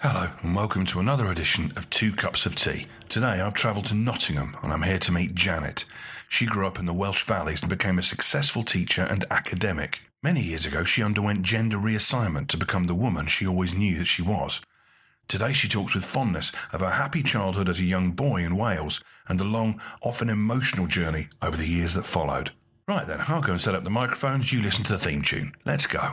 Hello, and welcome to another edition of Two Cups of Tea. Today I've travelled to Nottingham and I'm here to meet Janet. She grew up in the Welsh Valleys and became a successful teacher and academic. Many years ago, she underwent gender reassignment to become the woman she always knew that she was. Today, she talks with fondness of her happy childhood as a young boy in Wales and the long, often emotional journey over the years that followed. Right then, I'll go and set up the microphones. You listen to the theme tune. Let's go.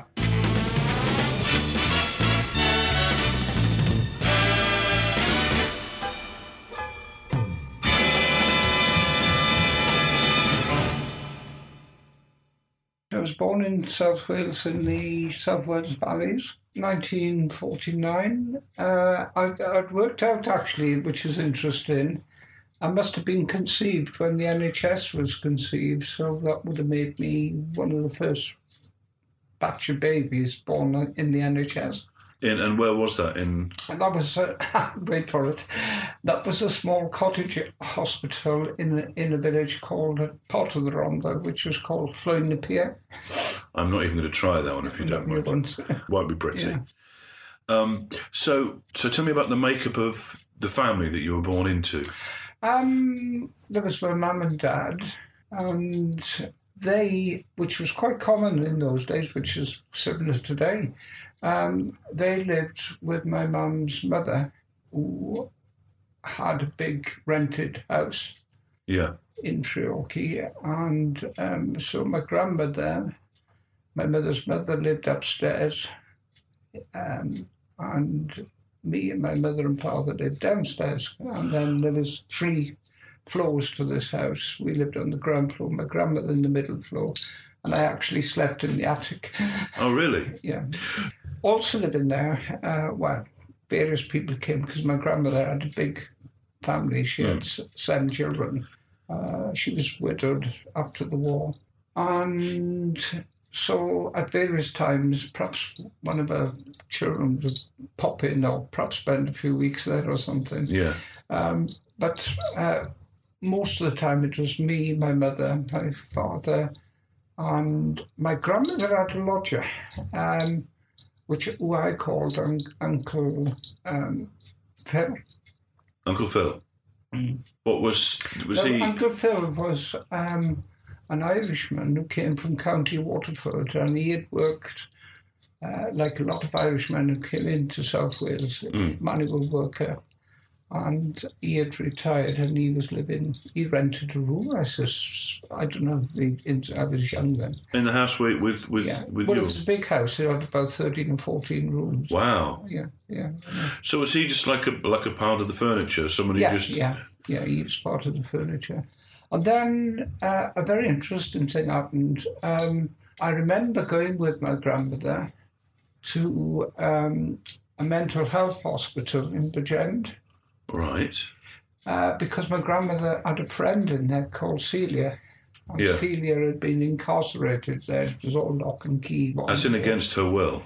I was born in South Wales in the South Wales Valleys, 1949. Uh, I'd, I'd worked out actually, which is interesting, I must have been conceived when the NHS was conceived, so that would have made me one of the first batch of babies born in the NHS. In, and where was that? In And that was a, wait for it. That was a small cottage hospital in a, in a village called part of the Rhondda, which was called Floyd na Pier. I'm not even going to try that one if you don't You mind. won't. Won't be pretty. Um, so, so tell me about the makeup of the family that you were born into. Um, there was my mum and dad, and they, which was quite common in those days, which is similar today, um, they lived with my mum's mother, who had a big rented house Yeah, in Treorchy, and um, so my grandmother, my mother's mother, lived upstairs, um, and me and my mother and father lived downstairs. And then there was three floors to this house. We lived on the ground floor, my grandmother in the middle floor, and I actually slept in the attic. Oh, really? yeah. Also living there, uh, well, various people came because my grandmother had a big family. She had s- seven children. Uh, she was widowed after the war. And so at various times, perhaps one of her children would pop in or perhaps spend a few weeks there or something. Yeah. But uh, most of the time it was me, my mother, my father, and my grandmother had a lodger, um, which who I called un- Uncle um, Phil. Uncle Phil. What was was No, he? Mm. Uncle Phil was um, an Irishman who came from County Waterford, and he had worked. Uh, like a lot of Irishmen who came into South Wales, Hmm. manual worker, and he had retired and he was living. He rented a room. I sus- I don't know. the ins- I was young then. in the house with with with, Yeah, with well, you? it was a big house. It had about thirteen and fourteen rooms. Wow. Yeah, yeah, So was he just like a like a part of the furniture? Someone who yeah, just yeah, yeah. He was part of the furniture. And then uh, a very interesting thing happened. Um, I remember going with my grandmother to um, a mental health hospital in Bridgend. right? uh, because my grandmother had a friend in there called Celia. And Yeah. Celia had been incarcerated there. It was all lock and key. As in against her will.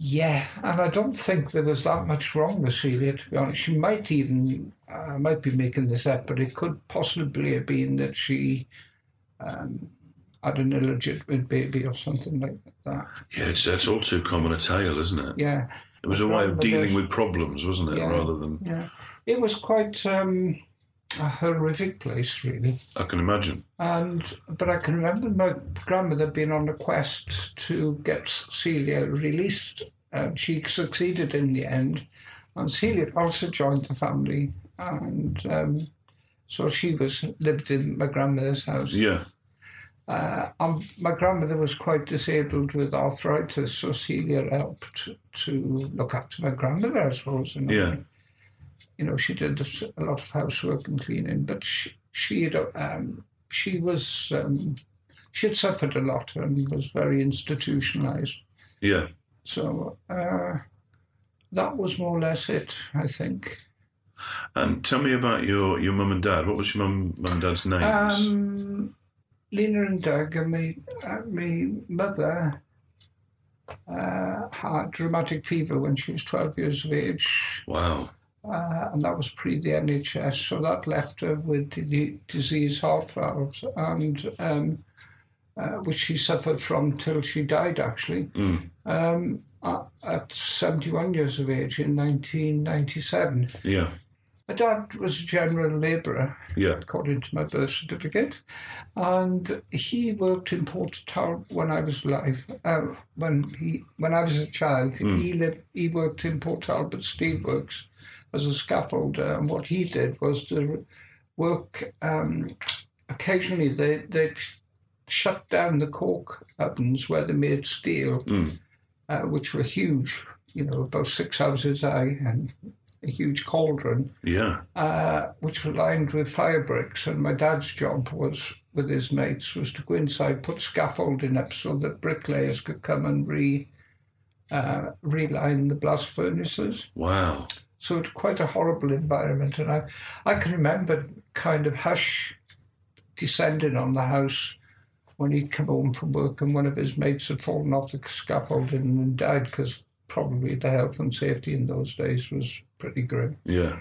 Yeah, and I don't think there was that much wrong with Celia, to be honest. She might even, I might be making this up, but it could possibly have been that she um, had an illegitimate baby or something like that. Yeah, it's that's all too common a tale, isn't it? Yeah. It was a way of Grandmother- dealing with problems, wasn't it? Yeah. Rather than Yeah. It was quite um, a horrific place, really. I can imagine. And but I can remember my grandmother being on a quest to get Celia released and she succeeded in the end. And Celia also joined the family, and um, so she was lived in my grandmother's house. Yeah. Uh, and my grandmother was quite disabled with arthritis, so Celia helped to look after my grandmother, I suppose. in a Yeah. way. You know, she did a lot of housework and cleaning, but she she, had, um, she was um, she had suffered a lot and was very institutionalized. Yeah. So uh, that was more or less it, I think. Um, tell me about your, your mum and dad. What was your mum, mum and dad's names? Um, Lena and Doug and me, uh, me mother uh, had rheumatic fever when she was 12 years of age, wow. uh, and that was pre the NHS, so that left her with the, the disease heart valves, and um, uh, which she suffered from till she died actually. Um, a- at 71 years of age in 1997. Yeah. My dad was a general labourer Yeah. according to my birth certificate. And he worked in Portadown when I was alive. Uh, when he when I was a child, he lived. He worked in Port Albert Steelworks as a scaffolder, and what he did was to work. Um, occasionally, they they shut down the cork ovens where they made steel, uh, which were huge. You know, about six houses high, and a huge cauldron Yeah. uh, which were lined with fire bricks. And my dad's job was, with his mates, was to go inside, put scaffolding up so that bricklayers could come and re uh, reline the blast furnaces. Wow. So it's quite a horrible environment. And I, I can remember kind of hush descending on the house when he'd come home from work and one of his mates had fallen off the scaffolding and died because probably the health and safety in those days was pretty grim. Yeah.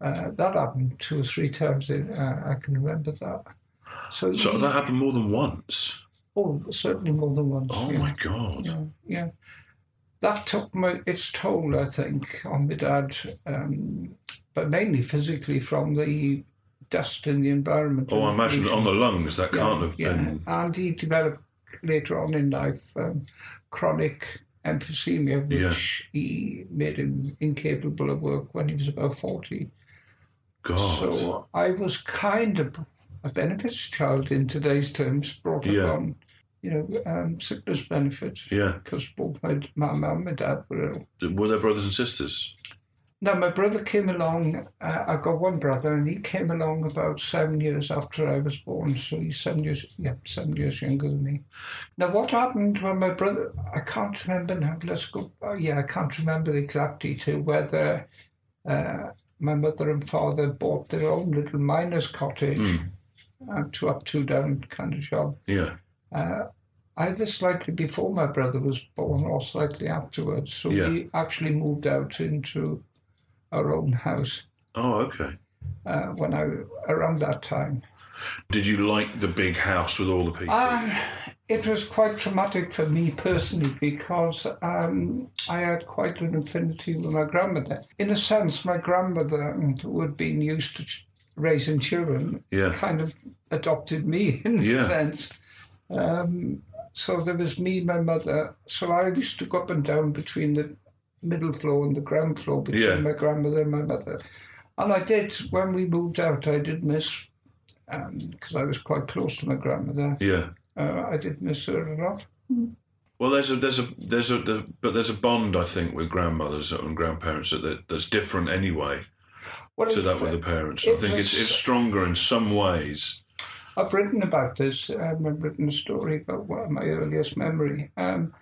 Uh, that happened two or three times. In, uh, I can remember that. So, So that happened more than once. oh, certainly more than once. Oh yeah. my God. Yeah, yeah. That took my its toll, I think, on my dad, um, but mainly physically from the dust in the environment. Oh, and I the imagine pollution. on the lungs that can't have yeah. been. And he developed later on in life um, chronic emphysema, which he made him incapable of work when he was about forty. God. So I was kind of a benefits child in today's terms, brought up Yeah. on, you know, um, sickness benefits. Yeah. Because both my, my mum and dad were ill. Were they brothers and sisters? Now, my brother came along, uh, I've got one brother, and he came along about seven years after I was born. So he's seven years, yeah, seven years younger than me. Now, what happened when my brother, I can't remember now, let's go, oh, yeah, I can't remember the exact detail, whether uh, my mother and father bought their own little miner's cottage, uh, two up, two down kind of job, Yeah. either slightly before my brother was born or slightly afterwards. So Yeah. we actually moved out into our own house Oh, okay. uh, when I around that time. Did you like the big house with all the people? Um, it was quite traumatic for me personally because um, I had quite an affinity with my grandmother. In a sense, my grandmother, who had been used to ch- raising children, Yeah. kind of adopted me in Yeah. a sense. Um, so there was me, my mother. So I used to go up and down between the middle floor and the ground floor between Yeah. my grandmother and my mother. And I did, when we moved out, I did miss, because I was quite close to my grandmother, yeah. uh, I did miss her a lot. Well, there's a there's a there's a the, but there's a bond I think with grandmothers and grandparents that, that that's different anyway What to if- that with the parents. I it think it's was- it's stronger in some ways. I've written about this. Um, I've written a story about what my earliest memory. Um,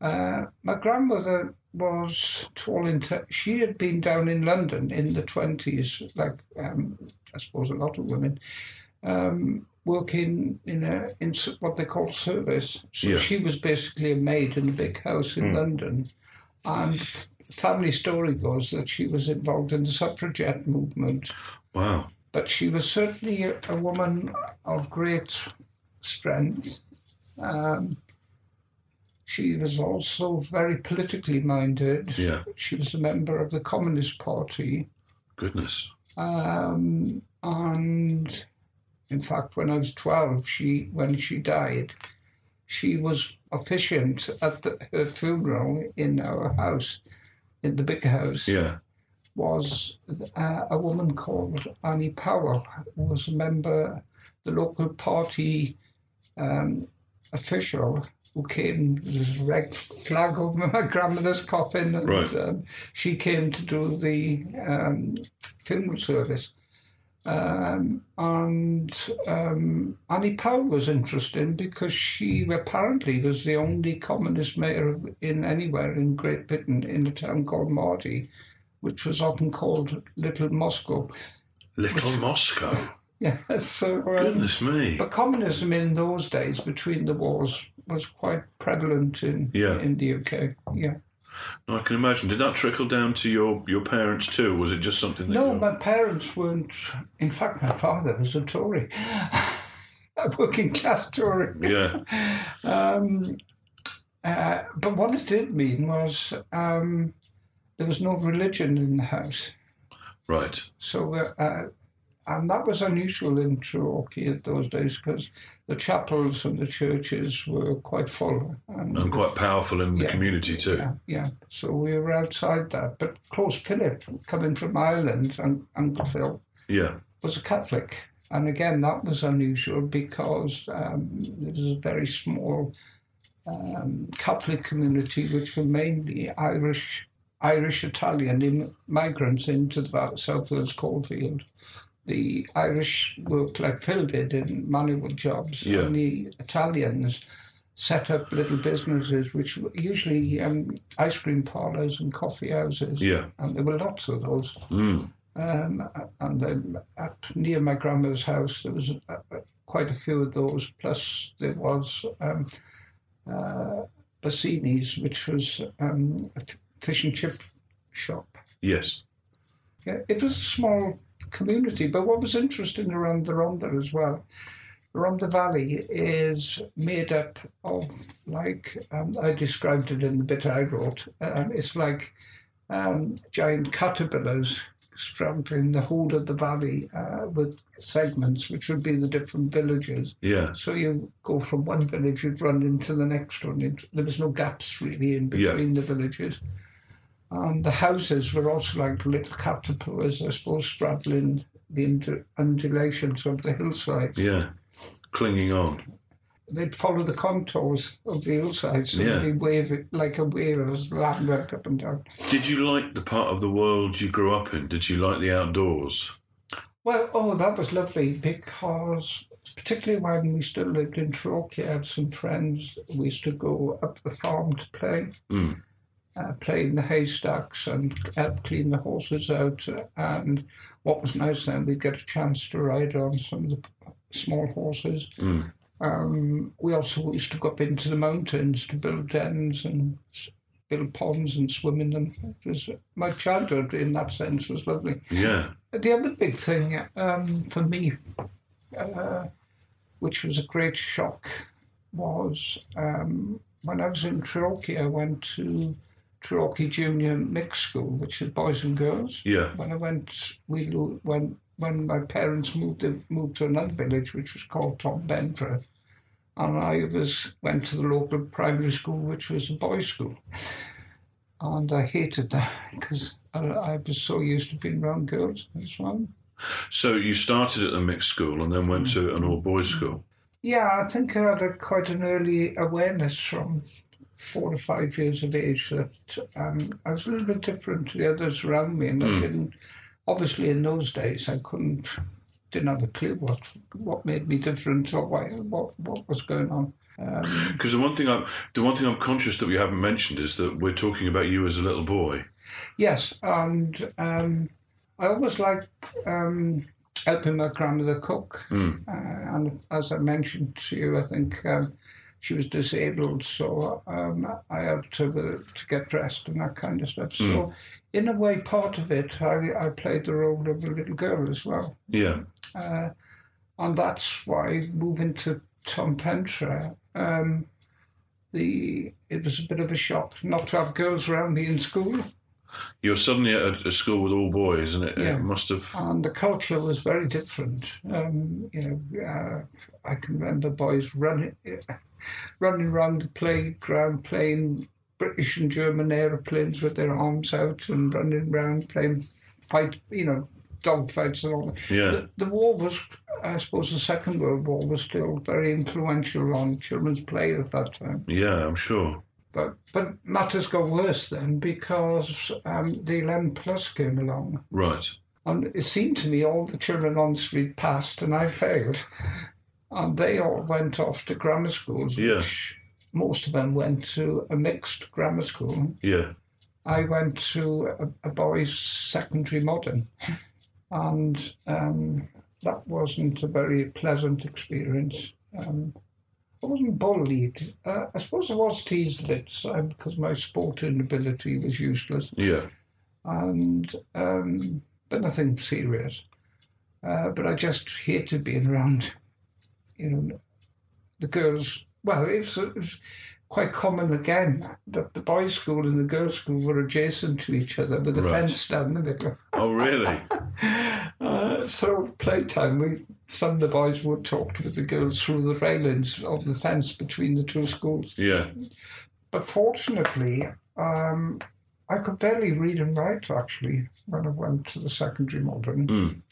uh, my grandmother was to all intent. She had been down in London in the twenties, like um, I suppose a lot of women, um, working in a in s- what they call service. So Yeah. Hmm. she was basically a maid in a big house in London, and. f- Family story goes that she was involved in the suffragette movement Wow. but she was certainly a, a woman of great strength. Um, she was also very politically minded. Yeah. She was a member of the Communist Party. Goodness. Um, and in fact, when I was 12, she when she died, she was officiant at the, her funeral in our house, in the big house, Yeah. was uh, a woman called Annie Powell, who was a member, the local party um, official who came with a red flag over my grandmother's coffin. And, Right. um, she came to do the um, funeral service. Um, and um, Annie Powell was interesting because she apparently was the only communist mayor of, in anywhere in Great Britain in a town called Mardy, which was often called Little Moscow. Little Moscow. Yeah, so um, Goodness me. but communism in those days between the wars was quite prevalent in Yeah. in the UK. Yeah. I can imagine. Did that trickle down to your, your parents too? Was it just something that No, you- my parents weren't. In fact, my father was a Tory, a working class Tory. Yeah. Um, uh, but what it did mean was um, there was no religion in the house. Right. So, uh, uh, and that was unusual in Torquay at those days because the chapels and the churches were quite full. And, And quite powerful in the Yeah. community too. yeah, yeah. So we were outside that. But Klaus Philip, coming from Ireland, and Uncle Phil, Yeah. was a Catholic. And again, that was unusual because um, it was a very small um, Catholic community, which were mainly Irish, Irish Italian Im- migrants into the Val- South Wales coalfield. The Irish worked like Phil did in manual jobs, Yeah. and the Italians set up little businesses, which were usually um, ice cream parlors and coffee houses. Yeah. And there were lots of those. Mm. Um, and then up near my grandma's house, there was uh, quite a few of those. Plus, there was um, uh, Bassini's, which was um, a f- fish and chip shop. Yes. Yeah, it was a small community, but what was interesting around the Rhondda as well, Rhondda Valley is made up of like um, I described it in the bit I wrote. Um, it's like um, giant caterpillars straddling the whole of the valley uh, with segments, which would be the different villages. Yeah. So you go from one village, you'd run into the next one. It, there was no gaps really in Yeah. between the villages. And the houses were also like little caterpillars, I suppose, straddling the undu- undulations of the hillsides. Yeah. Clinging on. They'd follow the contours of the hillsides, so Yeah. they'd be waving like a wave as the land went up and down. Did you like the part of the world you grew up in? Did you like the outdoors? Well, oh, that was lovely because, particularly when we still lived in Torquay, I had some friends. We used to go up the farm to play, Mm. uh, play in the haystacks and help clean the horses out. And what was nice then, we'd get a chance to ride on some of the p- small horses. Mm. Um, we also used to go up into the mountains to build dens and s- build ponds and swim in them. It was, my childhood, in that sense, was lovely. Yeah. The other big thing um, for me, uh, which was a great shock, was um, when I was in Cherokee, I went to Cherokee Junior Mixed School, which is boys and girls. Yeah. When I went, we lo- when when my parents moved they moved to another village, which was called Tom Bendra, and I was went to the local primary school, which was a boys' school, and I hated that because I, I was so used to being around girls. That's one. So you started at the mixed school and then went Mm. to an all boys school. Yeah, I think I had a, quite an early awareness from four to five years of age that um, I was a little bit different to the others around me, and I didn't. Obviously, in those days, I couldn't didn't have a clue what what made me different or why, what what was going on. Because the one thing I'm the one thing I'm conscious that we haven't mentioned is that we're talking about you as a little boy. Yes, and um, I always liked um, helping my grandmother cook. Uh, and as I mentioned to you, I think um, she was disabled, so um, I helped her with, to get dressed and that kind of stuff. So, in a way, part of it, I, I played the role of the little girl as well. Yeah. And that's why moving to Tom Pentra, um, the, it was a bit of a shock not to have girls around me in school. You're suddenly at a, a school with all boys, and it, Yeah. it must have. and the culture was very different. Um, you know, uh, I can remember boys running, running around the playground playing British and German aeroplanes with their arms out and running around playing fight, you know, dog fights and all that. Yeah. The, the war was, I suppose, the Second World War was still very influential on children's play at that time Yeah, I'm sure. but but matters got worse then because um, the 11 plus came along Right. and it seemed to me all the children on the street passed and i failed and they all went off to grammar schools Yeah. which most of them went to a mixed grammar school Yeah. i went to a, a boys secondary modern and um, that wasn't a very pleasant experience um, I wasn't bullied. Uh, I suppose I was teased a bit uh, because my sporting ability was useless, Yeah. and um, but nothing serious. Uh, but I just hated being around, you know, the girls. Well, it was, it was quite common again that the boys' school and the girls' school were adjacent to each other with a Right. fence down the middle. Oh, really? Uh, so playtime, we some of the boys would talk with the girls through the railings of the fence between the two schools. yeah. But fortunately, um, I could barely read and write actually when I went to the secondary modern.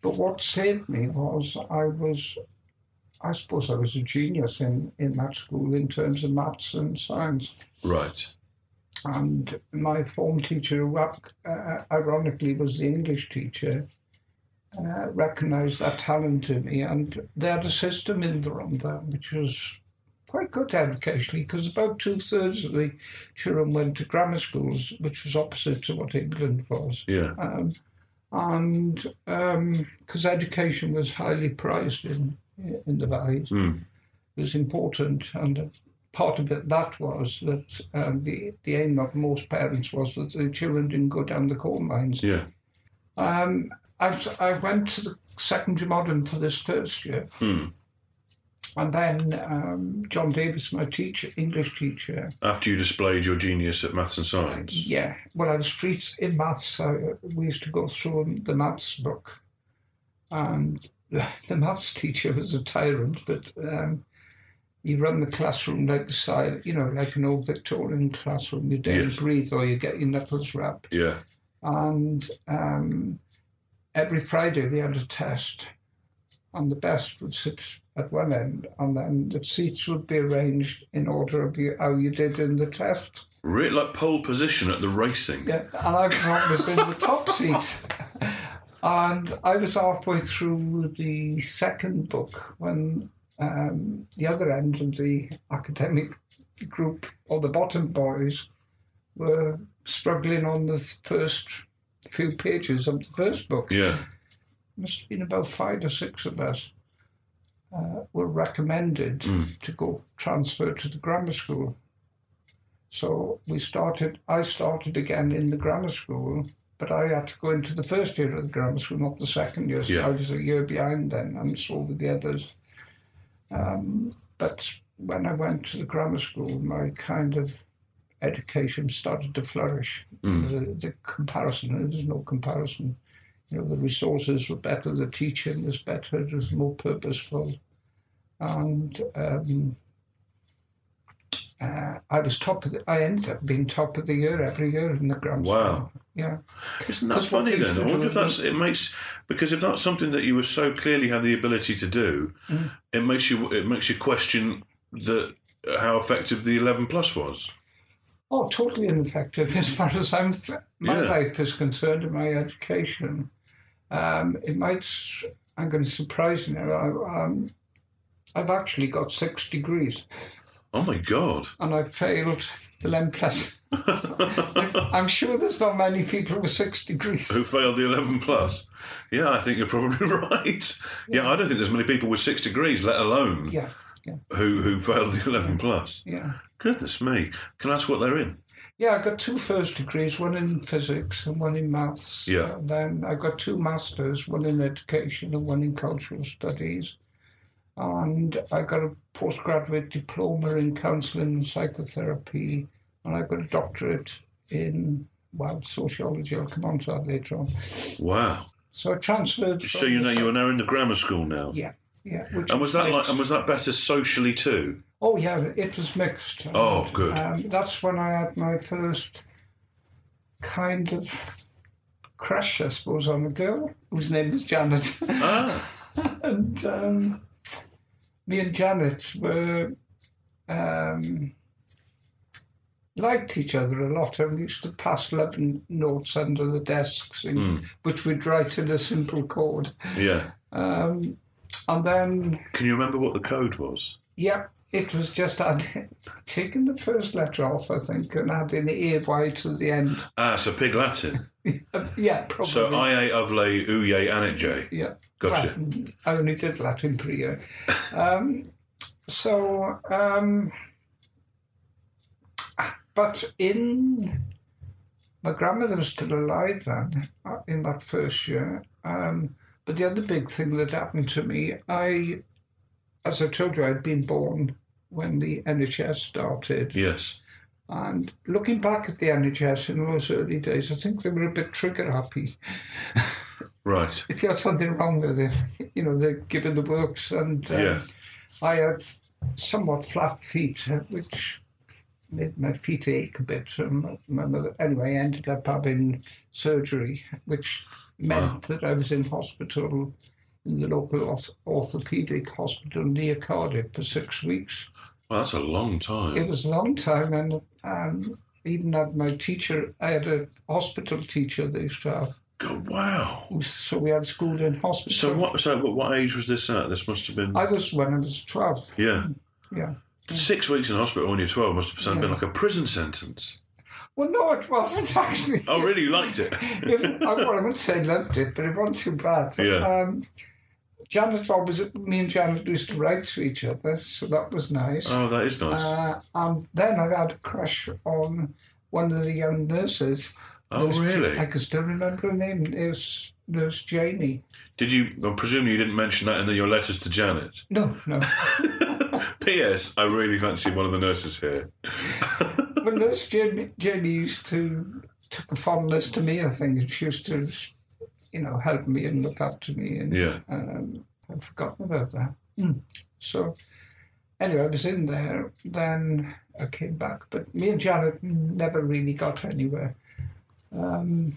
But what saved me was I was, I suppose I was a genius in, in that school in terms of maths and science. Right. And my form teacher, who ac- uh, ironically was the English teacher, uh, recognised that talent in me. And they had a system in Veranda which was quite good educationally because about two thirds of the children went to grammar schools, which was opposite to what England was. Yeah. And because education was highly prized in, in the valleys Mm. was important, and a part of it that was that um, the the aim of most parents was that the children didn't go down the coal mines. Yeah. Um, I I went to the secondary modern for this first year, and then um, John Davis, my teacher, English teacher, After you displayed your genius at maths and science. yeah, well, I was street in maths. I, we used to go through the maths book, and the maths teacher was a tyrant, but um, he ran the classroom like a side, you know, like an old Victorian classroom. You didn't Yes. breathe, or you get your knuckles wrapped. Yeah. And um, every Friday we had a test, and the best would sit at one end, and then the seats would be arranged in order of you, how you did in the test. Re- like pole position at the racing. Yeah, and I was always in the top seat. And I was halfway through the second book when um, the other end of the academic group, or the bottom boys, were struggling on the first few pages of the first book. Yeah. Must have been about five or six of us uh, were recommended to go transfer to the grammar school. So we started. I started again in the grammar school, but I had to go into the first year of the grammar school, not the second year. So Yeah. I was a year behind then, and so were the others. Um, but when I went to the grammar school, my kind of education started to flourish. The, the comparison, there was no comparison. You know, the resources were better, the teaching was better, it was more purposeful, and. Um, uh, I was top of the, I ended up being top of the year every year in the Grand Wow. Slam. Yeah. Isn't that That's what funny they then? I should wonder do, if that's it makes because if that's something that you were so clearly had the ability to do, it makes you it makes you question the how effective the eleven plus was. Oh, totally ineffective as far as I'm, my Yeah. life is concerned and my education. Um, it might, s- I'm going to surprise you now. I, um, I've actually got six degrees Oh my god! and I failed the LEM Plus. I'm sure there's not many people with six degrees. Who failed the eleven plus? Yeah, I think you're probably right. Yeah, I don't think there's many people with six degrees, let alone Yeah, yeah, who who failed the eleven plus. yeah. Goodness me! Can I ask what they're in? Yeah, I got two first degrees, one in physics and one in maths. Yeah. And then I got two masters, one in education and one in cultural studies. And I got a postgraduate diploma in counselling and psychotherapy, and I got a doctorate in well, sociology. I'll come on to that later on. Wow. So I transferred. So from- you know you are now in the grammar school now. Yeah, yeah. Which And was that like? mixed. And was that better socially too? Oh yeah, it was mixed. Oh, good. Um, that's when I had my first kind of crush, I suppose, on a girl whose name was Janet. Ah, and um, me and Janet were um, liked each other a lot, and we used to pass love n- notes under the desks, in, which we'd write in a simple code. yeah. Um, and then, Can you remember what the code was? yeah, it was just I'd taken the first letter off, I think, and adding ay to the end. Uh, Ah, so Pig Latin. yeah, probably. So I A Ovle Uye Anitje. yeah. Gotcha. Well, I only did Latin for a year. Um, so, um, but in my grandmother was still alive then uh, in that first year. Um, but the other big thing that happened to me, I, as I told you, I'd been born when the NHS started. Yes. And looking back at the NHS in those early days, I think they were a bit trigger happy Right. if you had something wrong with it, you know, they're given the works. And uh, Yeah. I had somewhat flat feet, uh, which made my feet ache a bit. And my- my mother, anyway, I ended up having surgery, which meant that I was in hospital in the local orth- orthopedic hospital near Cardiff for six weeks. Well, that's a long It time. was a long time, and um, even had my teacher, I had a hospital teacher they used to have. God, wow. So we had school in hospital. So what? So what, what age was this at? This must have been. I was when I was 12. yeah. Yeah. Six weeks in hospital when you're 12 must have sounded been like a prison sentence. Well, no, it wasn't actually. Oh, really? You liked it? If, I, well, I wouldn't say loved it, but it wasn't too bad. Yeah. Um, Janet always, me and Janet used to write to each other, so that was nice. Oh, that is nice. Uh, and then I had a crush on one of the young nurses. Oh, Nurse- really? I can still remember her name. Nurse, Nurse Janie. Did you? I presume you didn't mention that in the- your letters to Janet. No, no. P.S. I really fancy one of the nurses here. Well, Nurse Jenny, Jenny used to took a fondness to me, I think, and she used to, you know, help me and look after me. And Yeah. um, I've forgotten about that. Hmm. So anyway, I was in there. Then I came back, but me and Janet never really got anywhere. Um,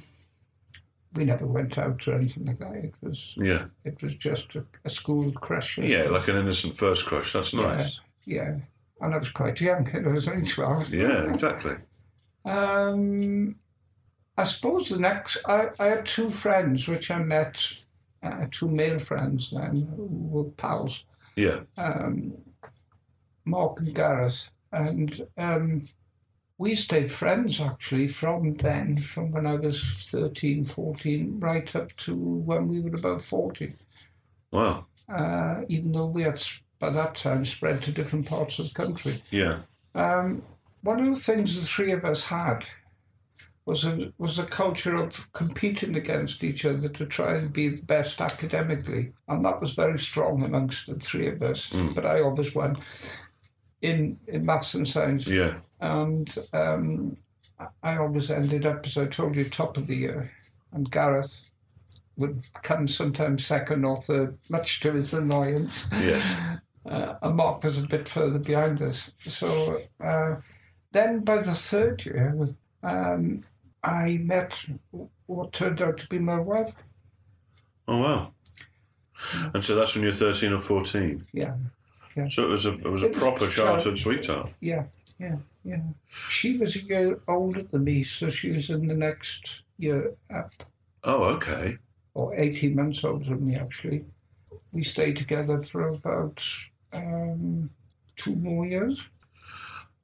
we never went out or anything like that. It was Yeah. it was just a, a school crush. Yeah, like an innocent first crush. That's nice. yeah. And I was quite young. I was only twelve. Yeah, exactly. Um, I suppose the next, I, I had two friends which I met, uh, two male friends then, who were pals, Yeah. Mark and Gareth. And um, we stayed friends actually from then, from when I was 13, 14, right up to when we were about 40, Wow. uh, even though we had by that time spread to different parts of the country. Yeah. Um, one of the things the three of us had was a was a culture of competing against each other to try and be the best academically, and that was very strong amongst the three of us. But I always won in in maths and science, Yeah. and um, I always ended up, as I told you, top of the year, and Gareth. Would come sometimes second or third, much to his annoyance Yes. uh, and Mark was a bit further behind us. So uh, then by the third year, um, I met what turned out to be my wife. Oh wow. And so that's when you're 13 or 14. Yeah, So it was a it was a It was proper a childhood child- sweetheart. yeah, yeah, yeah. She was a year older than me, so she was in the next year up, Oh, okay. or 18 months older than me, actually. We stayed together for about um, two more years.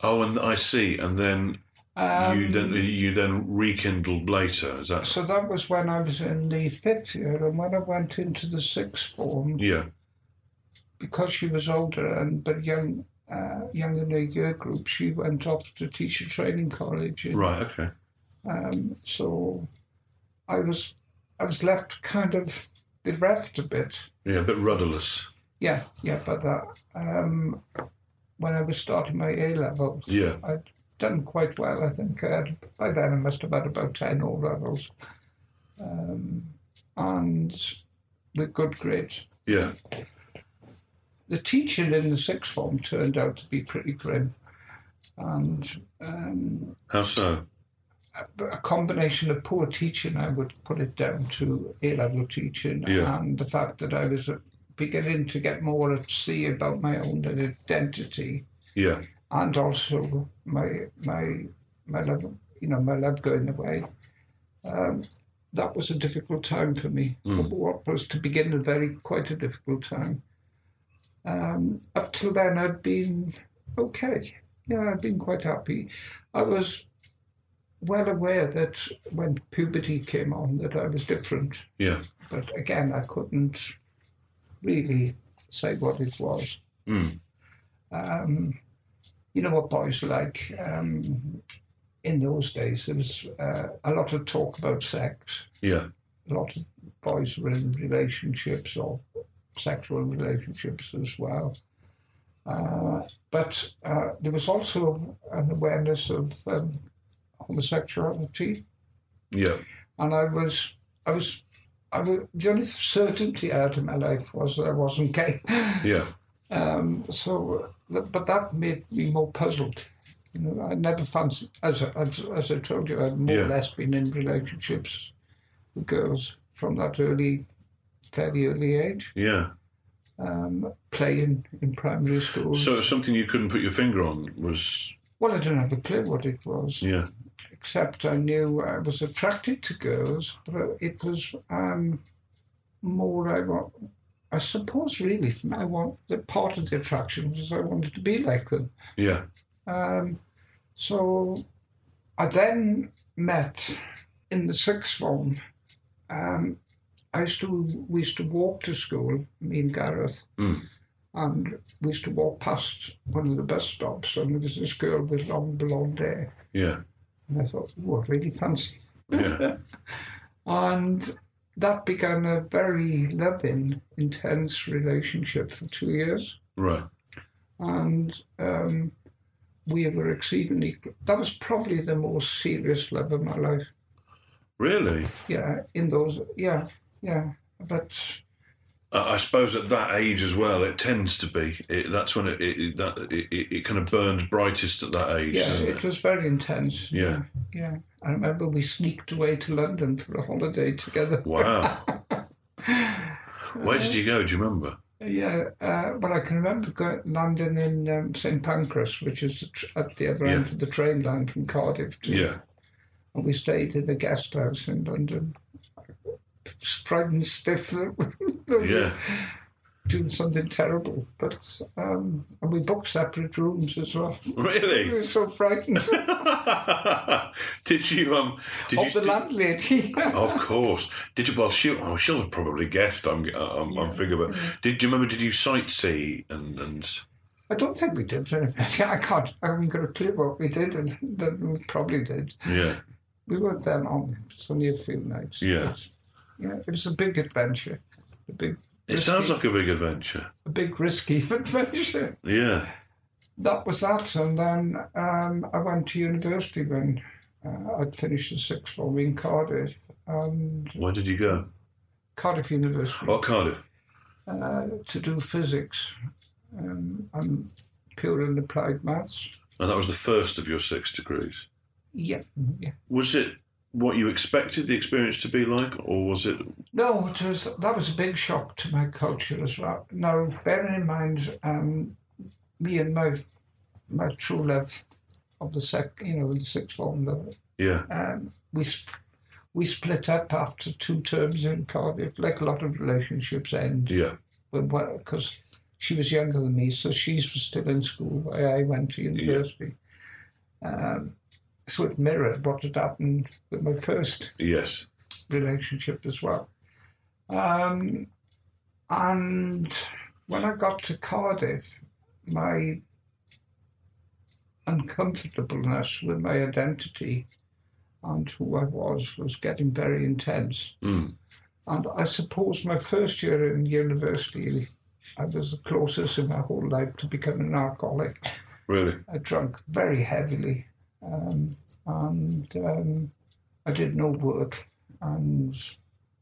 Oh, and I see. And then Um, you then you then rekindled later. Is that? So that was when I was in the fifth year, and when I went into the sixth form, Yeah. because she was older and but young, uh, young in her year group, she went off to teacher training college. And, Right. Okay. Um, so I was, I was left kind of bereft a bit. Yeah. A bit rudderless. Yeah, yeah, but that um, when I was starting my A levels, Yeah. I'd done quite well. I think uh, by then I must have had about 10 O levels. Um, and with good grades. Yeah. The teaching in the sixth form turned out to be pretty grim. And um, How so? a combination of poor teaching, I would put it down to A level teaching, Yeah. and the fact that I was uh, beginning to get more at sea about my own identity. Yeah. and also my my my love you know my love going away um, that was a difficult time for me what was to begin a very quite a difficult time um, up till then I'd been okay yeah I'd been quite happy I was well aware that when puberty came on that I was different Yeah. but again I couldn't really say what it was Um, Mm. you know what boys are like um, in those days there was uh, a lot of talk about sex Yeah. a lot of boys were in relationships or sexual relationships as well uh, but uh, there was also an awareness of um, homosexuality Yeah. and I was, I was, I was. The only certainty I had in my life was that I wasn't gay. Yeah. Um, so, but that made me more puzzled. You know, I never fancied, as I, as, as I told you, I'd more Yeah. or less been in relationships with girls from that early, fairly early age, Yeah. um, playing in primary school. So it's something you couldn't put your finger on was well, I didn't have a clue what it was, yeah. except I knew I was attracted to girls, but it was um, more I want. I suppose really, I want that part of the attraction was I wanted to be like them. Yeah. Um, so I then met in the sixth form. Um, I used to we used to walk to school, me and Gareth, Mm. and we used to walk past one of the bus stops, and there was this girl with long blonde hair, Yeah. and I thought, "Oh, I really fancy." Yeah. And that began a very loving, intense relationship for two years. Right. and um, we were exceedingly. That was probably the most serious love of my life. Really? Yeah, in those. Yeah, yeah. But I I suppose at that age as well, it tends to be. It, that's when it, it, it- that it, it it kind of burns brightest at that age, yeah, doesn't it it? was very intense. Yeah. yeah. I remember we sneaked away to London for a holiday together. Wow. Where did you go? Do you remember? Yeah, uh, well, I can remember going London in um, St Pancras, which is the tr- at the other end Yeah. of the train line from Cardiff to Yeah. and we stayed in a guest house in London, frightened stiff, Yeah. doing something terrible. But um, and we booked separate rooms as well. We Really? were so frightened did you um? Did you? of the did- landlady. of course. Did you? Well, she. Oh, she'll have probably guessed. I'm. I'm. I'm figuring. But did do you remember? Did you sightsee and and? I don't think we did very much. I can't. I haven't got a clue what we did, and that we probably did. Yeah. We weren't there long. It was only a few nights. Yeah. yeah. It was a big adventure, a big, It sounds like a big adventure. a big risky adventure. Yeah. that was that. And then um, I went to university when uh, I'd finished the sixth form in Cardiff, and Where did you go? Cardiff University, Oh, Cardiff. uh, to do physics. Um, I'm pure and applied maths. And that was the first of your six degrees. Yeah, yeah. Was it what you expected the experience to be like, or was it? No, it was that was a big shock to my culture as well. Now, bearing in mind, um, me and my my true love of the sec, you know, the sixth form, the Yeah, um, we sp- we split up after two terms in Cardiff. Like a lot of relationships end yeah, because she was younger than me, so she was still in school. while I went to university. Um, so it mirrored what had happened with my first yes, relationship as well. Um, and when I got to Cardiff, my uncomfortableness with my identity and who I was was getting very intense. mm. And I suppose my first year in university, I was the closest in my whole life to becoming an alcoholic. really, I drank very heavily. um, and um, I did no work, and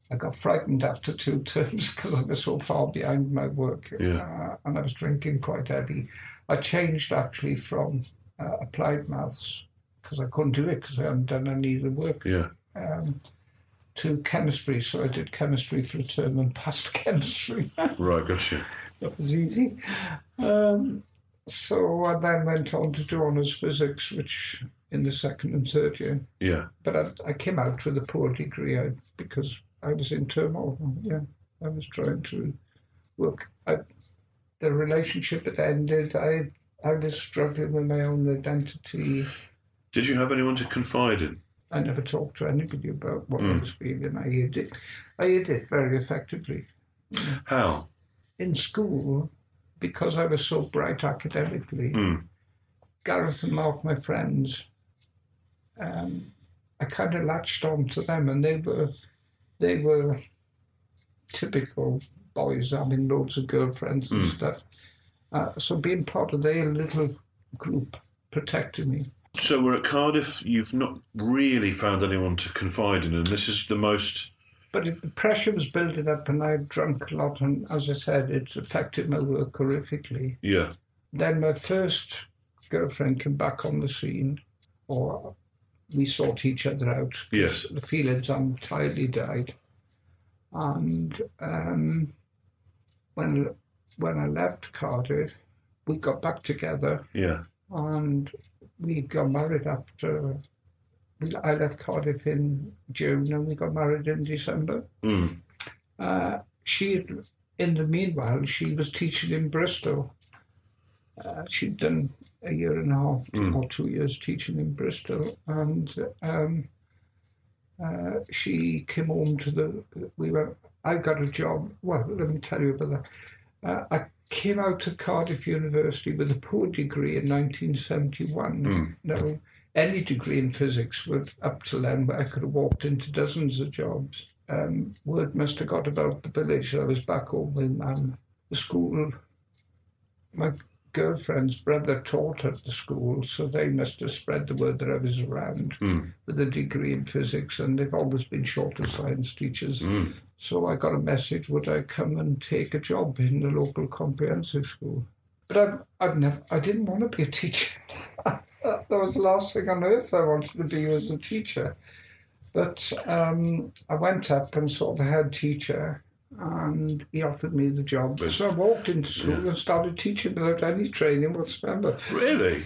I got frightened after two terms because I was so far behind my work, Yeah. uh, and I was drinking quite heavy. I changed actually from uh, applied maths because I couldn't do it because I hadn't done any of the work Yeah. to chemistry. So I did chemistry for a term and passed chemistry. Right. Gotcha. That was easy. Um, so I then went on to do honours physics, which in the second and third year. Yeah. But I, I came out with a poor degree I, because I was in turmoil. Yeah, I was trying to work. I, the relationship had ended. I I was struggling with my own identity. Did you have anyone to confide in? I never talked to anybody about what I was feeling. I hid it. I hid it very effectively. How? in school, because I was so bright academically, Gareth and Mark, my friends, um, I kind of latched on to them, and they were they were typical boys having loads of girlfriends and stuff. Uh, so being part of their little group protected me. So we're at Cardiff. You've not really found anyone to confide in, and this is the most. But it, the pressure was building up, and I drank a lot, and as I said, it affected my work horrifically. Yeah. then my first girlfriend came back on the scene, or we sought each other out. 'cause Yes. The feelings entirely died. And um, when, when I left Cardiff, we got back together Yeah. and we got married after. we- I left Cardiff in June and we got married in December. Mm. Uh, she, in the meanwhile, she was teaching in Bristol. Uh, she'd done a year and a half two- or two years teaching in Bristol, and um, uh, she came home to the. We were. I got a job. Well, let me tell you about that. Uh, I came out to Cardiff University with a poor degree in 1971. No, any degree in physics would up to then, but I could have walked into dozens of jobs um, word must have got about the village. I was back home with um, the school. My girlfriend's brother taught at the school, so they must have spread the word that I was around with a degree in physics, and they've always been short of science teachers. So I got a message: Would I come and take a job in the local comprehensive school? But I, I've never, I didn't want to be a teacher. that was the last thing on earth I wanted to be was a teacher. But um, I went up and saw the head teacher, and he offered me the job. So I walked into school and started teaching without any training whatsoever. Really?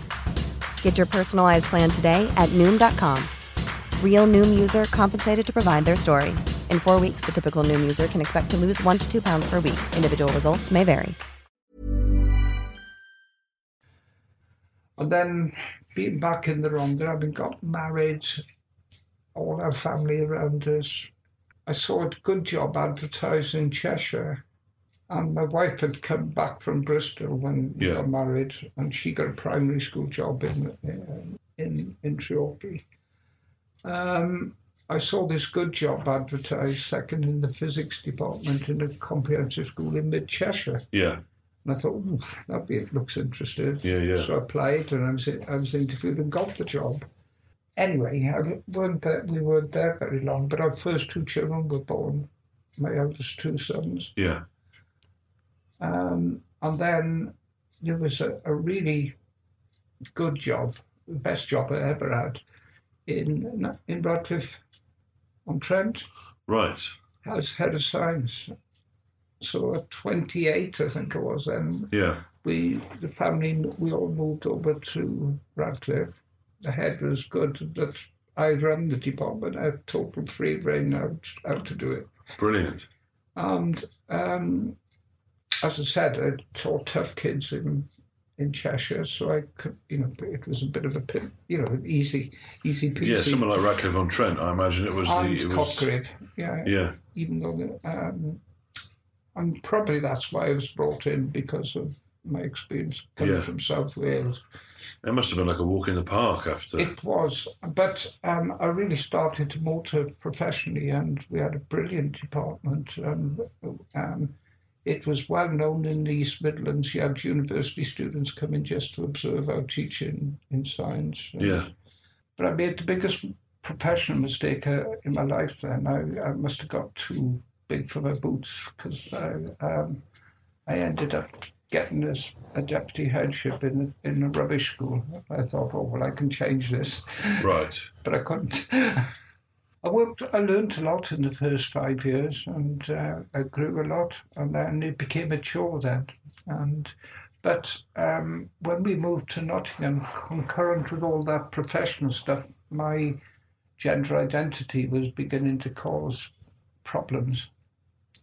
Get your personalized plan today at Noom.com. Real Noom user compensated to provide their story. In four weeks, the typical Noom user can expect to lose one to two pounds per week. Individual results may vary. And then being back in the Rhondda, having got married, all our family around us, I saw a good job advertised in Cheshire. And my wife had come back from Bristol when we Yeah. got married, and she got a primary uh, school job in in in, in Treorchy. Um, I saw this good job advertised second in the physics department in a comprehensive school in mid Cheshire. Yeah. And I thought, Ooh, that be, looks interesting. Yeah, yeah. So I applied and I was, I was interviewed and got the job. Anyway, I weren't there, we weren't there very long, but our first two children were born, my eldest two sons. Yeah. Um, and then there was a, a really good job, the best job I ever had, in, in Radcliffe on Trent Right. as head of science. So at 28, I think I was then, Yeah. we the family we all moved over to Radcliffe. The head was good that I ran the department. I had total free reign how how to do it. Brilliant. And um, as I said, I taught tough kids in in Cheshire, so I could you know it was a bit of a pit- you know easy easy peasy. Yeah, someone like Radcliffe on Trent, I imagine it was and the. It was, Cotgrave, yeah, yeah. even though um, and probably that's why I was brought in because of my experience coming Yeah. from South Wales. It must have been like a walk in the park after. It was, but um, I really started to motor professionally, and we had a brilliant department. And um, it was well known in the East Midlands. You had university students come in just to observe our teaching in science. And- yeah. But I made the biggest professional mistake uh, in my life then. I, I must have got too big for my boots because I, um, I ended up getting this a deputy headship in a, in a rubbish school. I thought, oh, well, I can change this. Right. But I couldn't. I worked, I learned a lot in the first five years and uh, I grew a lot. And then it became a chore then. And but um, when we moved to Nottingham, concurrent with all that professional stuff, my gender identity was beginning to cause problems.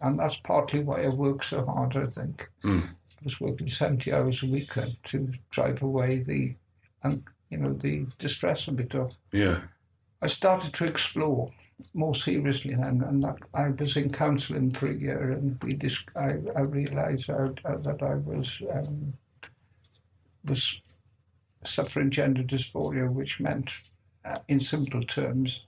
And that's partly why I work so hard, I think. I was working 70 hours a week then to drive away the, un- you know, the distress of it all. Yeah. I started to explore more seriously then, and that I was in counselling for a year, and we dis- I, I realised I, I, that I was um, was suffering gender dysphoria, which meant, uh, in simple terms,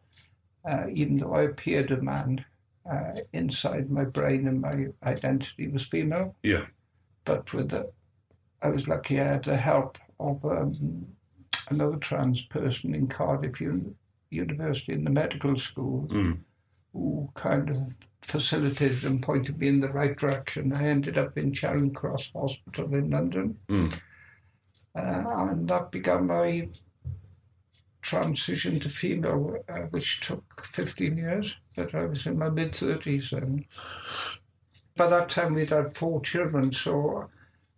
uh, even though I appeared a man, uh, inside my brain and my identity was female Yeah. but with the, I was lucky I had the help of um, another trans person in Cardiff Un- University in the medical school who kind of facilitated and pointed me in the right direction. I ended up in Charing Cross Hospital in London, uh, and that began my transition to female, uh, which took 15 years, but I was in my mid 30s then by that time we'd had four children, so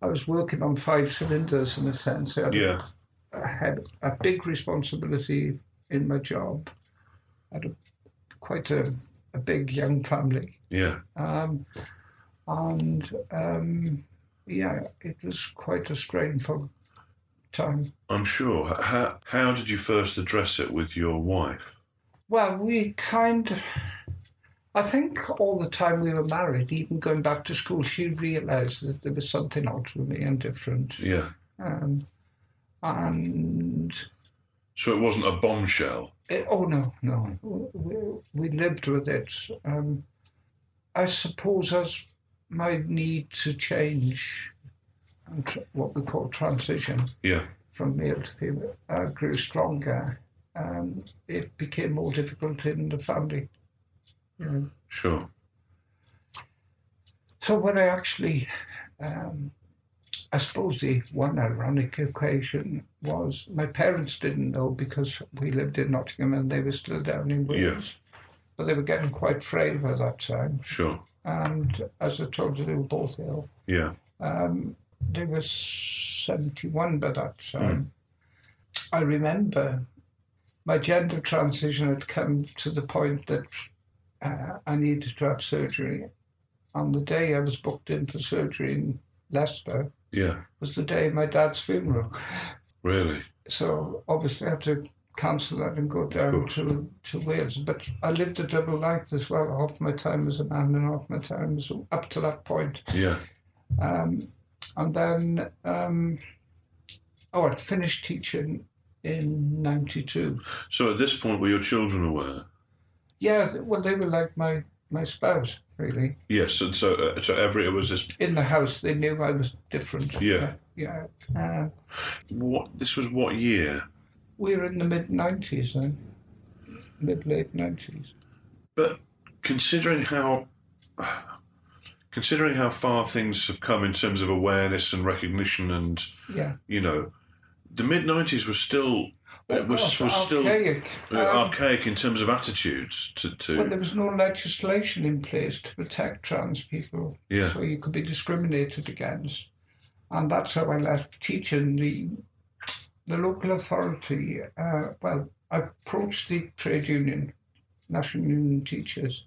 I was working on five cylinders in a sense. I had, Yeah. I had a big responsibility in my job. I had a, quite a, a big young family, Yeah. and um, yeah, it was quite a strainful time. I'm sure. H- How, how did you first address it with your wife? Well, we kind of. I think all the time we were married, even going back to school, she realised that there was something out with me and different. Yeah. Um, and So it wasn't a bombshell. it, oh no, no, we, we lived with it. Um, I suppose as my need to change and tr- what we call transition Yeah. from male to female uh, grew stronger, um, it became more difficult in the family. You know. Sure. So when I actually, um, I suppose the one ironic occasion was my parents didn't know because we lived in Nottingham and they were still down in Wales, Yes. but they were getting quite frail by that time. Sure. And as I told you, they were both ill. Yeah. They were 71 by that time. um, I remember my gender transition had come to the point that uh, I needed to have surgery. On the day I was booked in for surgery in Leicester Yeah. was the day of my dad's funeral. Really. So obviously I had to cancel that and go down to, to Wales. But I lived a double life as well. Half my time as a man and half my time as up to that point. Yeah. And then, um, oh, I'd finished teaching in 92. So at this point, were your children aware? Yeah, th- well, they were like my, my spouse, really. Yes, and so uh, so every it was this. In the house, they knew I was different. Yeah. Yeah. Uh, What this was what year? we were in the mid 90s then, mid late 90s. But considering how considering how far things have come in terms of awareness and recognition, and Yeah. you know, the mid nineties was still Oh, it was gosh, was still archaic. uh, Um, archaic in terms of attitudes to to Well, there was no legislation in place to protect trans people, Yeah. so you could be discriminated against, and that's how I left teaching the the local authority. Uh, well, I approached the trade union, National Union Teachers,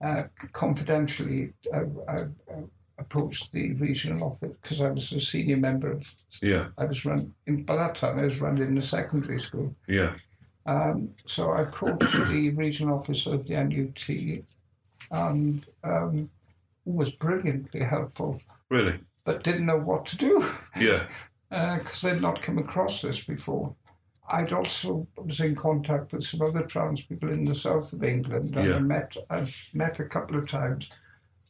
uh, confidentially. I, I, I approached the regional office because I was a senior member of. yeah I was run in by that time. I was running the secondary school. yeah Um, so I approached the regional officer of the NUT and um, was brilliantly helpful, really but didn't know what to do yeah because they'd not come across this before. I'd also was in contact with some other trans people in the south of England, and Yeah. I met I've met a couple of times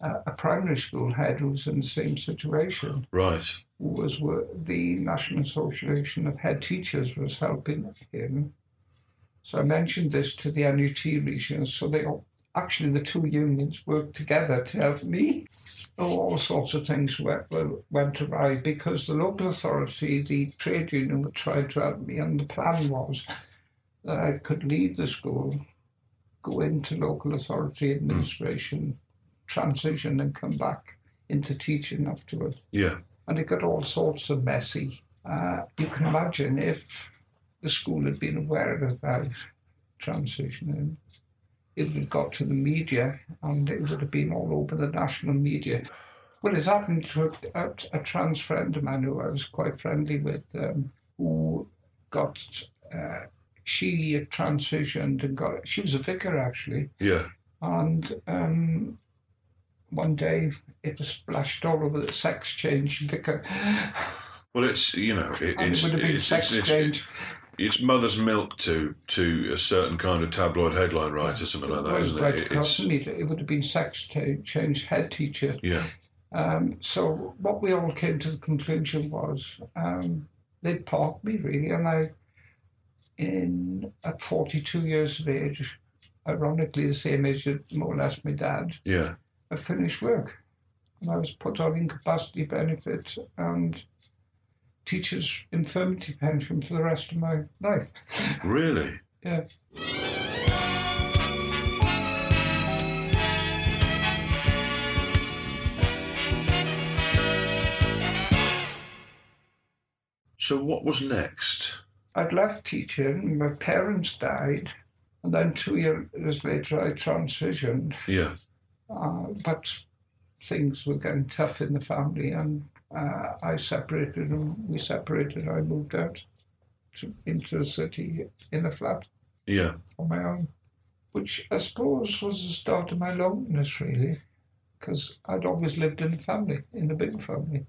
uh, a primary school head who was in the same situation right was where the National Association of Head Teachers was helping him. So I mentioned this to the NUT region. So they all, actually the two unions worked together to help me. Oh, all sorts of things went went awry because the local authority, the trade union, were trying to help me, and the plan was that I could leave the school, go into local authority administration, transition, and come back into teaching afterwards yeah and it got all sorts of messy. Uh, you can imagine if the school had been aware of that transition, it would have got to the media and it would have been all over the national media. Well, it happened to a, a, a trans friend of mine who I was quite friendly with, um, who got, uh, she transitioned and got, she was a vicar actually, yeah and um, one day it was splashed all over the sex change vicar. well it's you know it, And it's it would have been it's, sex it's, it's, change. it's mother's milk to to a certain kind of tabloid headline writer something like that Right, isn't right it across it's the media. It would have been sex cha- change head teacher. yeah Um, so what we all came to the conclusion was um, they parked me really, and I, in at 42 years of age, ironically the same age as more or less my dad, yeah I finished work. And I was put on incapacity benefit and teacher's infirmity pension for the rest of my life. really yeah. so what was next I'd left teaching, my parents died, and then two years later I transitioned. yeah Uh, but things were getting tough in the family, and uh, I separated, and we separated. I moved out to, into the city in a flat. yeah on my own, which I suppose was the start of my loneliness, really, because I'd always lived in a family, in a big family,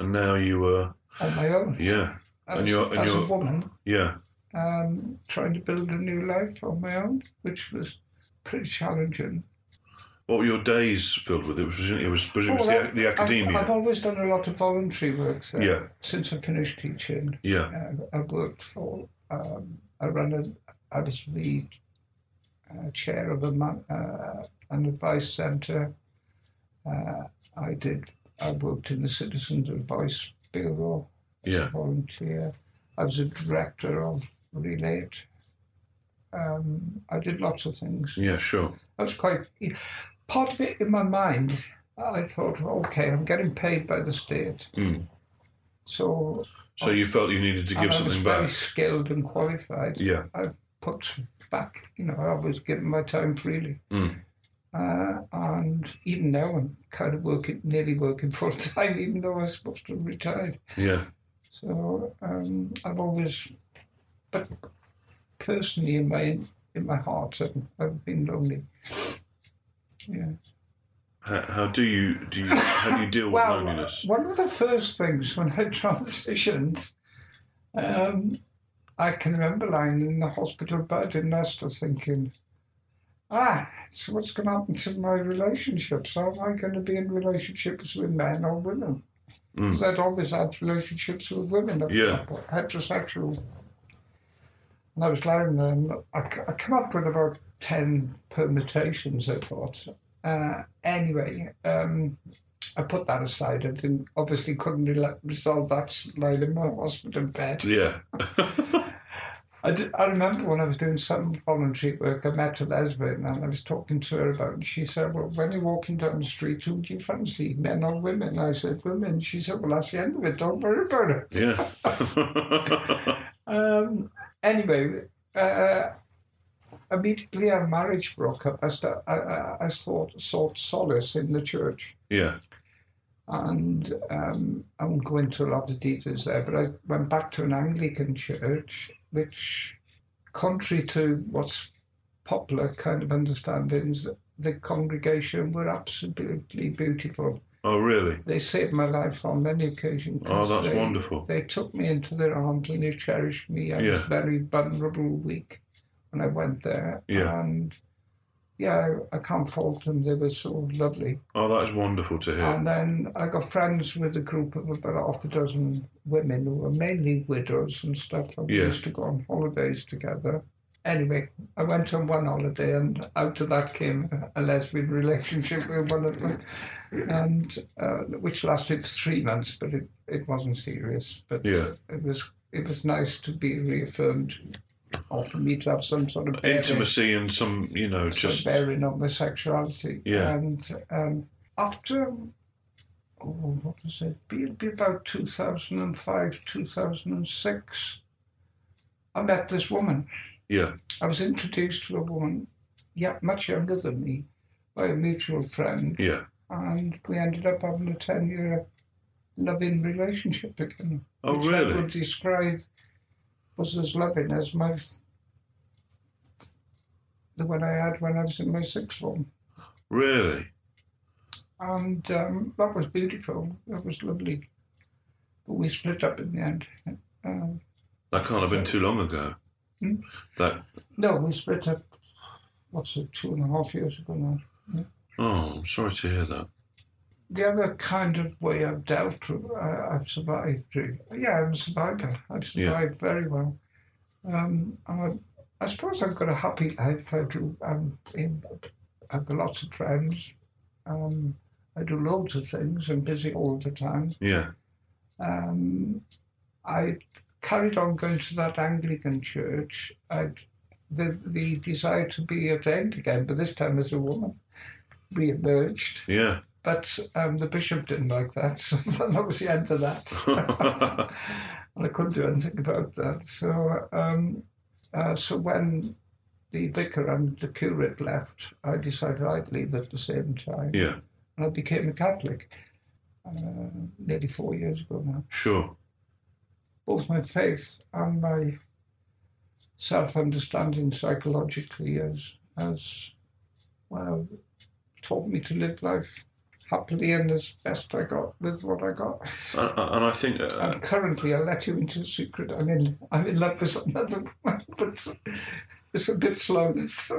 and now you were on my own. yeah As, and you're and as you're a woman, yeah um, trying to build a new life on my own, which was pretty challenging. what were your days filled with? It was it was, it was Oh, the, well, the I've- academia. I've, always done a lot of voluntary work so Yeah. since I finished teaching. yeah, Uh, I worked for, um, I ran a, I was the uh, chair of a man, uh, an advice centre. Uh, I did, I worked in the Citizens Advice Bureau, yeah, volunteer. I was a director of Relate. Um, I did lots of things. yeah, sure. I was quite, part of it in my mind, I thought, okay, I'm getting paid by the state. Mm. So So you felt you needed to give and I was something very back. skilled and qualified. Yeah, I put back, you know, I was giving my time freely. Mm. Uh, and even now I'm kind of working, nearly working full time, even though I was supposed to have retired. yeah, So um, I've always, but personally in my in my heart, I've, I've been lonely. Yeah. how, how do you do? You, how do you deal with Well, loneliness? one of the first things when I transitioned, um, I can remember lying in the hospital bed in Leicester thinking, ah, so what's going to happen to my relationships? Am I going to be in relationships with men or women? Because I'd always had relationships with women, up to Mm. Yeah. that point, heterosexual. And I was lying there, and I, c- I come up with about 10 permutations, I thought. Uh, anyway, um, I put that aside. I didn't, obviously couldn't rela- resolve that lying in my hospital bed. Yeah. I, did, I remember when I was doing some voluntary work, I met a lesbian and I was talking to her about it. She said, Well, when you're walking down the street, who do you fancy, men or women? I said, Women. She said, Well, that's the end of it. Don't worry about it. Yeah. Um, anyway, uh, immediately our marriage broke up, I, sta- I, I, I sought, sought solace in the church. yeah. and um, I won't go into a lot of details there, but I went back to an Anglican church, which, contrary to what's popular kind of understandings, the congregation were absolutely beautiful. Oh, really? They saved my life on many occasions. 'cause Oh, that's they- wonderful. They took me into their arms and they cherished me. I was Yeah. very vulnerable, weak when I went there. Yeah. And yeah, I I can't fault them. They were so lovely. Oh, that is wonderful to hear. And then I got friends with a group of about half a dozen women who were mainly widows and stuff. And we Yeah. used to go on holidays together. Anyway, I went on one holiday, and out of that came a lesbian relationship with one of them, and uh, which lasted three months, but it, it wasn't serious. But Yeah. it was it was nice to be reaffirmed, or for me to have some sort of bearing- Intimacy and some, you know, just. bearing on my sexuality. Yeah. And um, after, oh, what was it? Be, be about 2005, 2006, I met this woman. Yeah. I was introduced to a woman, yeah, much younger than me, by a mutual friend, Yeah. and we ended up having a 10 year loving relationship again. Oh, which really? I would describe was as loving as my. f- the one I had when I was in my sixth form Really? and um, that was beautiful. That was lovely. But we split up in the end. Um, That can't have been too long ago. Hmm? That. no, we split up. What's it? Two and a half years ago now. Oh, I'm sorry to hear that. The other kind of way I've dealt with, uh, I've survived. really. Yeah, I'm a survivor. I've Yeah. survived very well. Um, and I, I suppose I've got a happy life. I do. Um, in, I've got lots of friends. Um, I do loads of things. I'm busy all the time. Yeah. um, I carried on going to that Anglican church. I, the, the desire to be ordained again, but this time as a woman, re-emerged. Yeah. But um, the bishop didn't like that, so that was the end of that. and I couldn't do anything about that. So, um, uh, so when the vicar and the curate left, I decided I'd leave at the same time, Yeah. and I became a Catholic. Uh, nearly four years ago now Sure. both my faith and my self understanding psychologically has, has, well, taught me to live life happily and as best I got with what I got. And, and I think. Uh, And currently, I'll let you into a secret. I'm in, I'm in love with another woman, but it's a bit slow, this.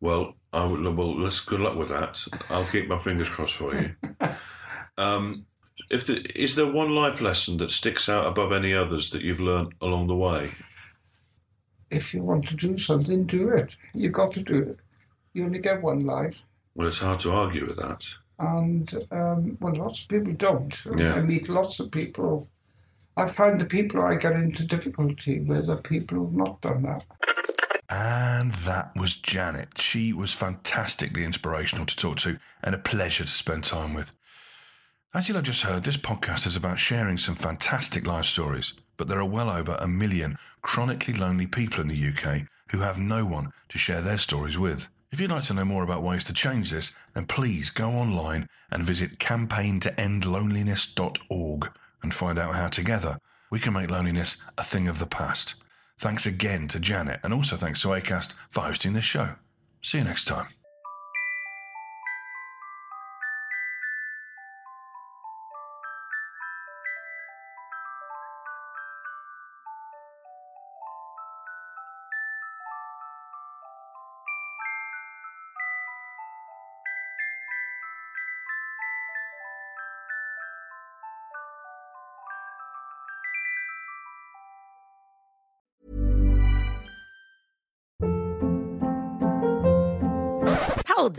Well, I would, well, let's good luck with that. I'll keep my fingers crossed for you. um, if the, is there one life lesson that sticks out above any others that you've learned along the way? If you want to do something, do it. You've got to do it. You only get one life. Well, it's hard to argue with that. and um, well, lots of people don't. Yeah. I meet lots of people. I find the people I get into difficulty with are people who've not done that. And that was Janet. She was fantastically inspirational to talk to and a pleasure to spend time with. As you'll have just heard, this podcast is about sharing some fantastic life stories, but there are well over a million chronically lonely people in the UK who have no one to share their stories with. If you'd like to know more about ways to change this, then please go online and visit campaigntoendloneliness.org and find out how together we can make loneliness a thing of the past. Thanks again to Janet, and also thanks to ACAST for hosting this show. See you next time. Hold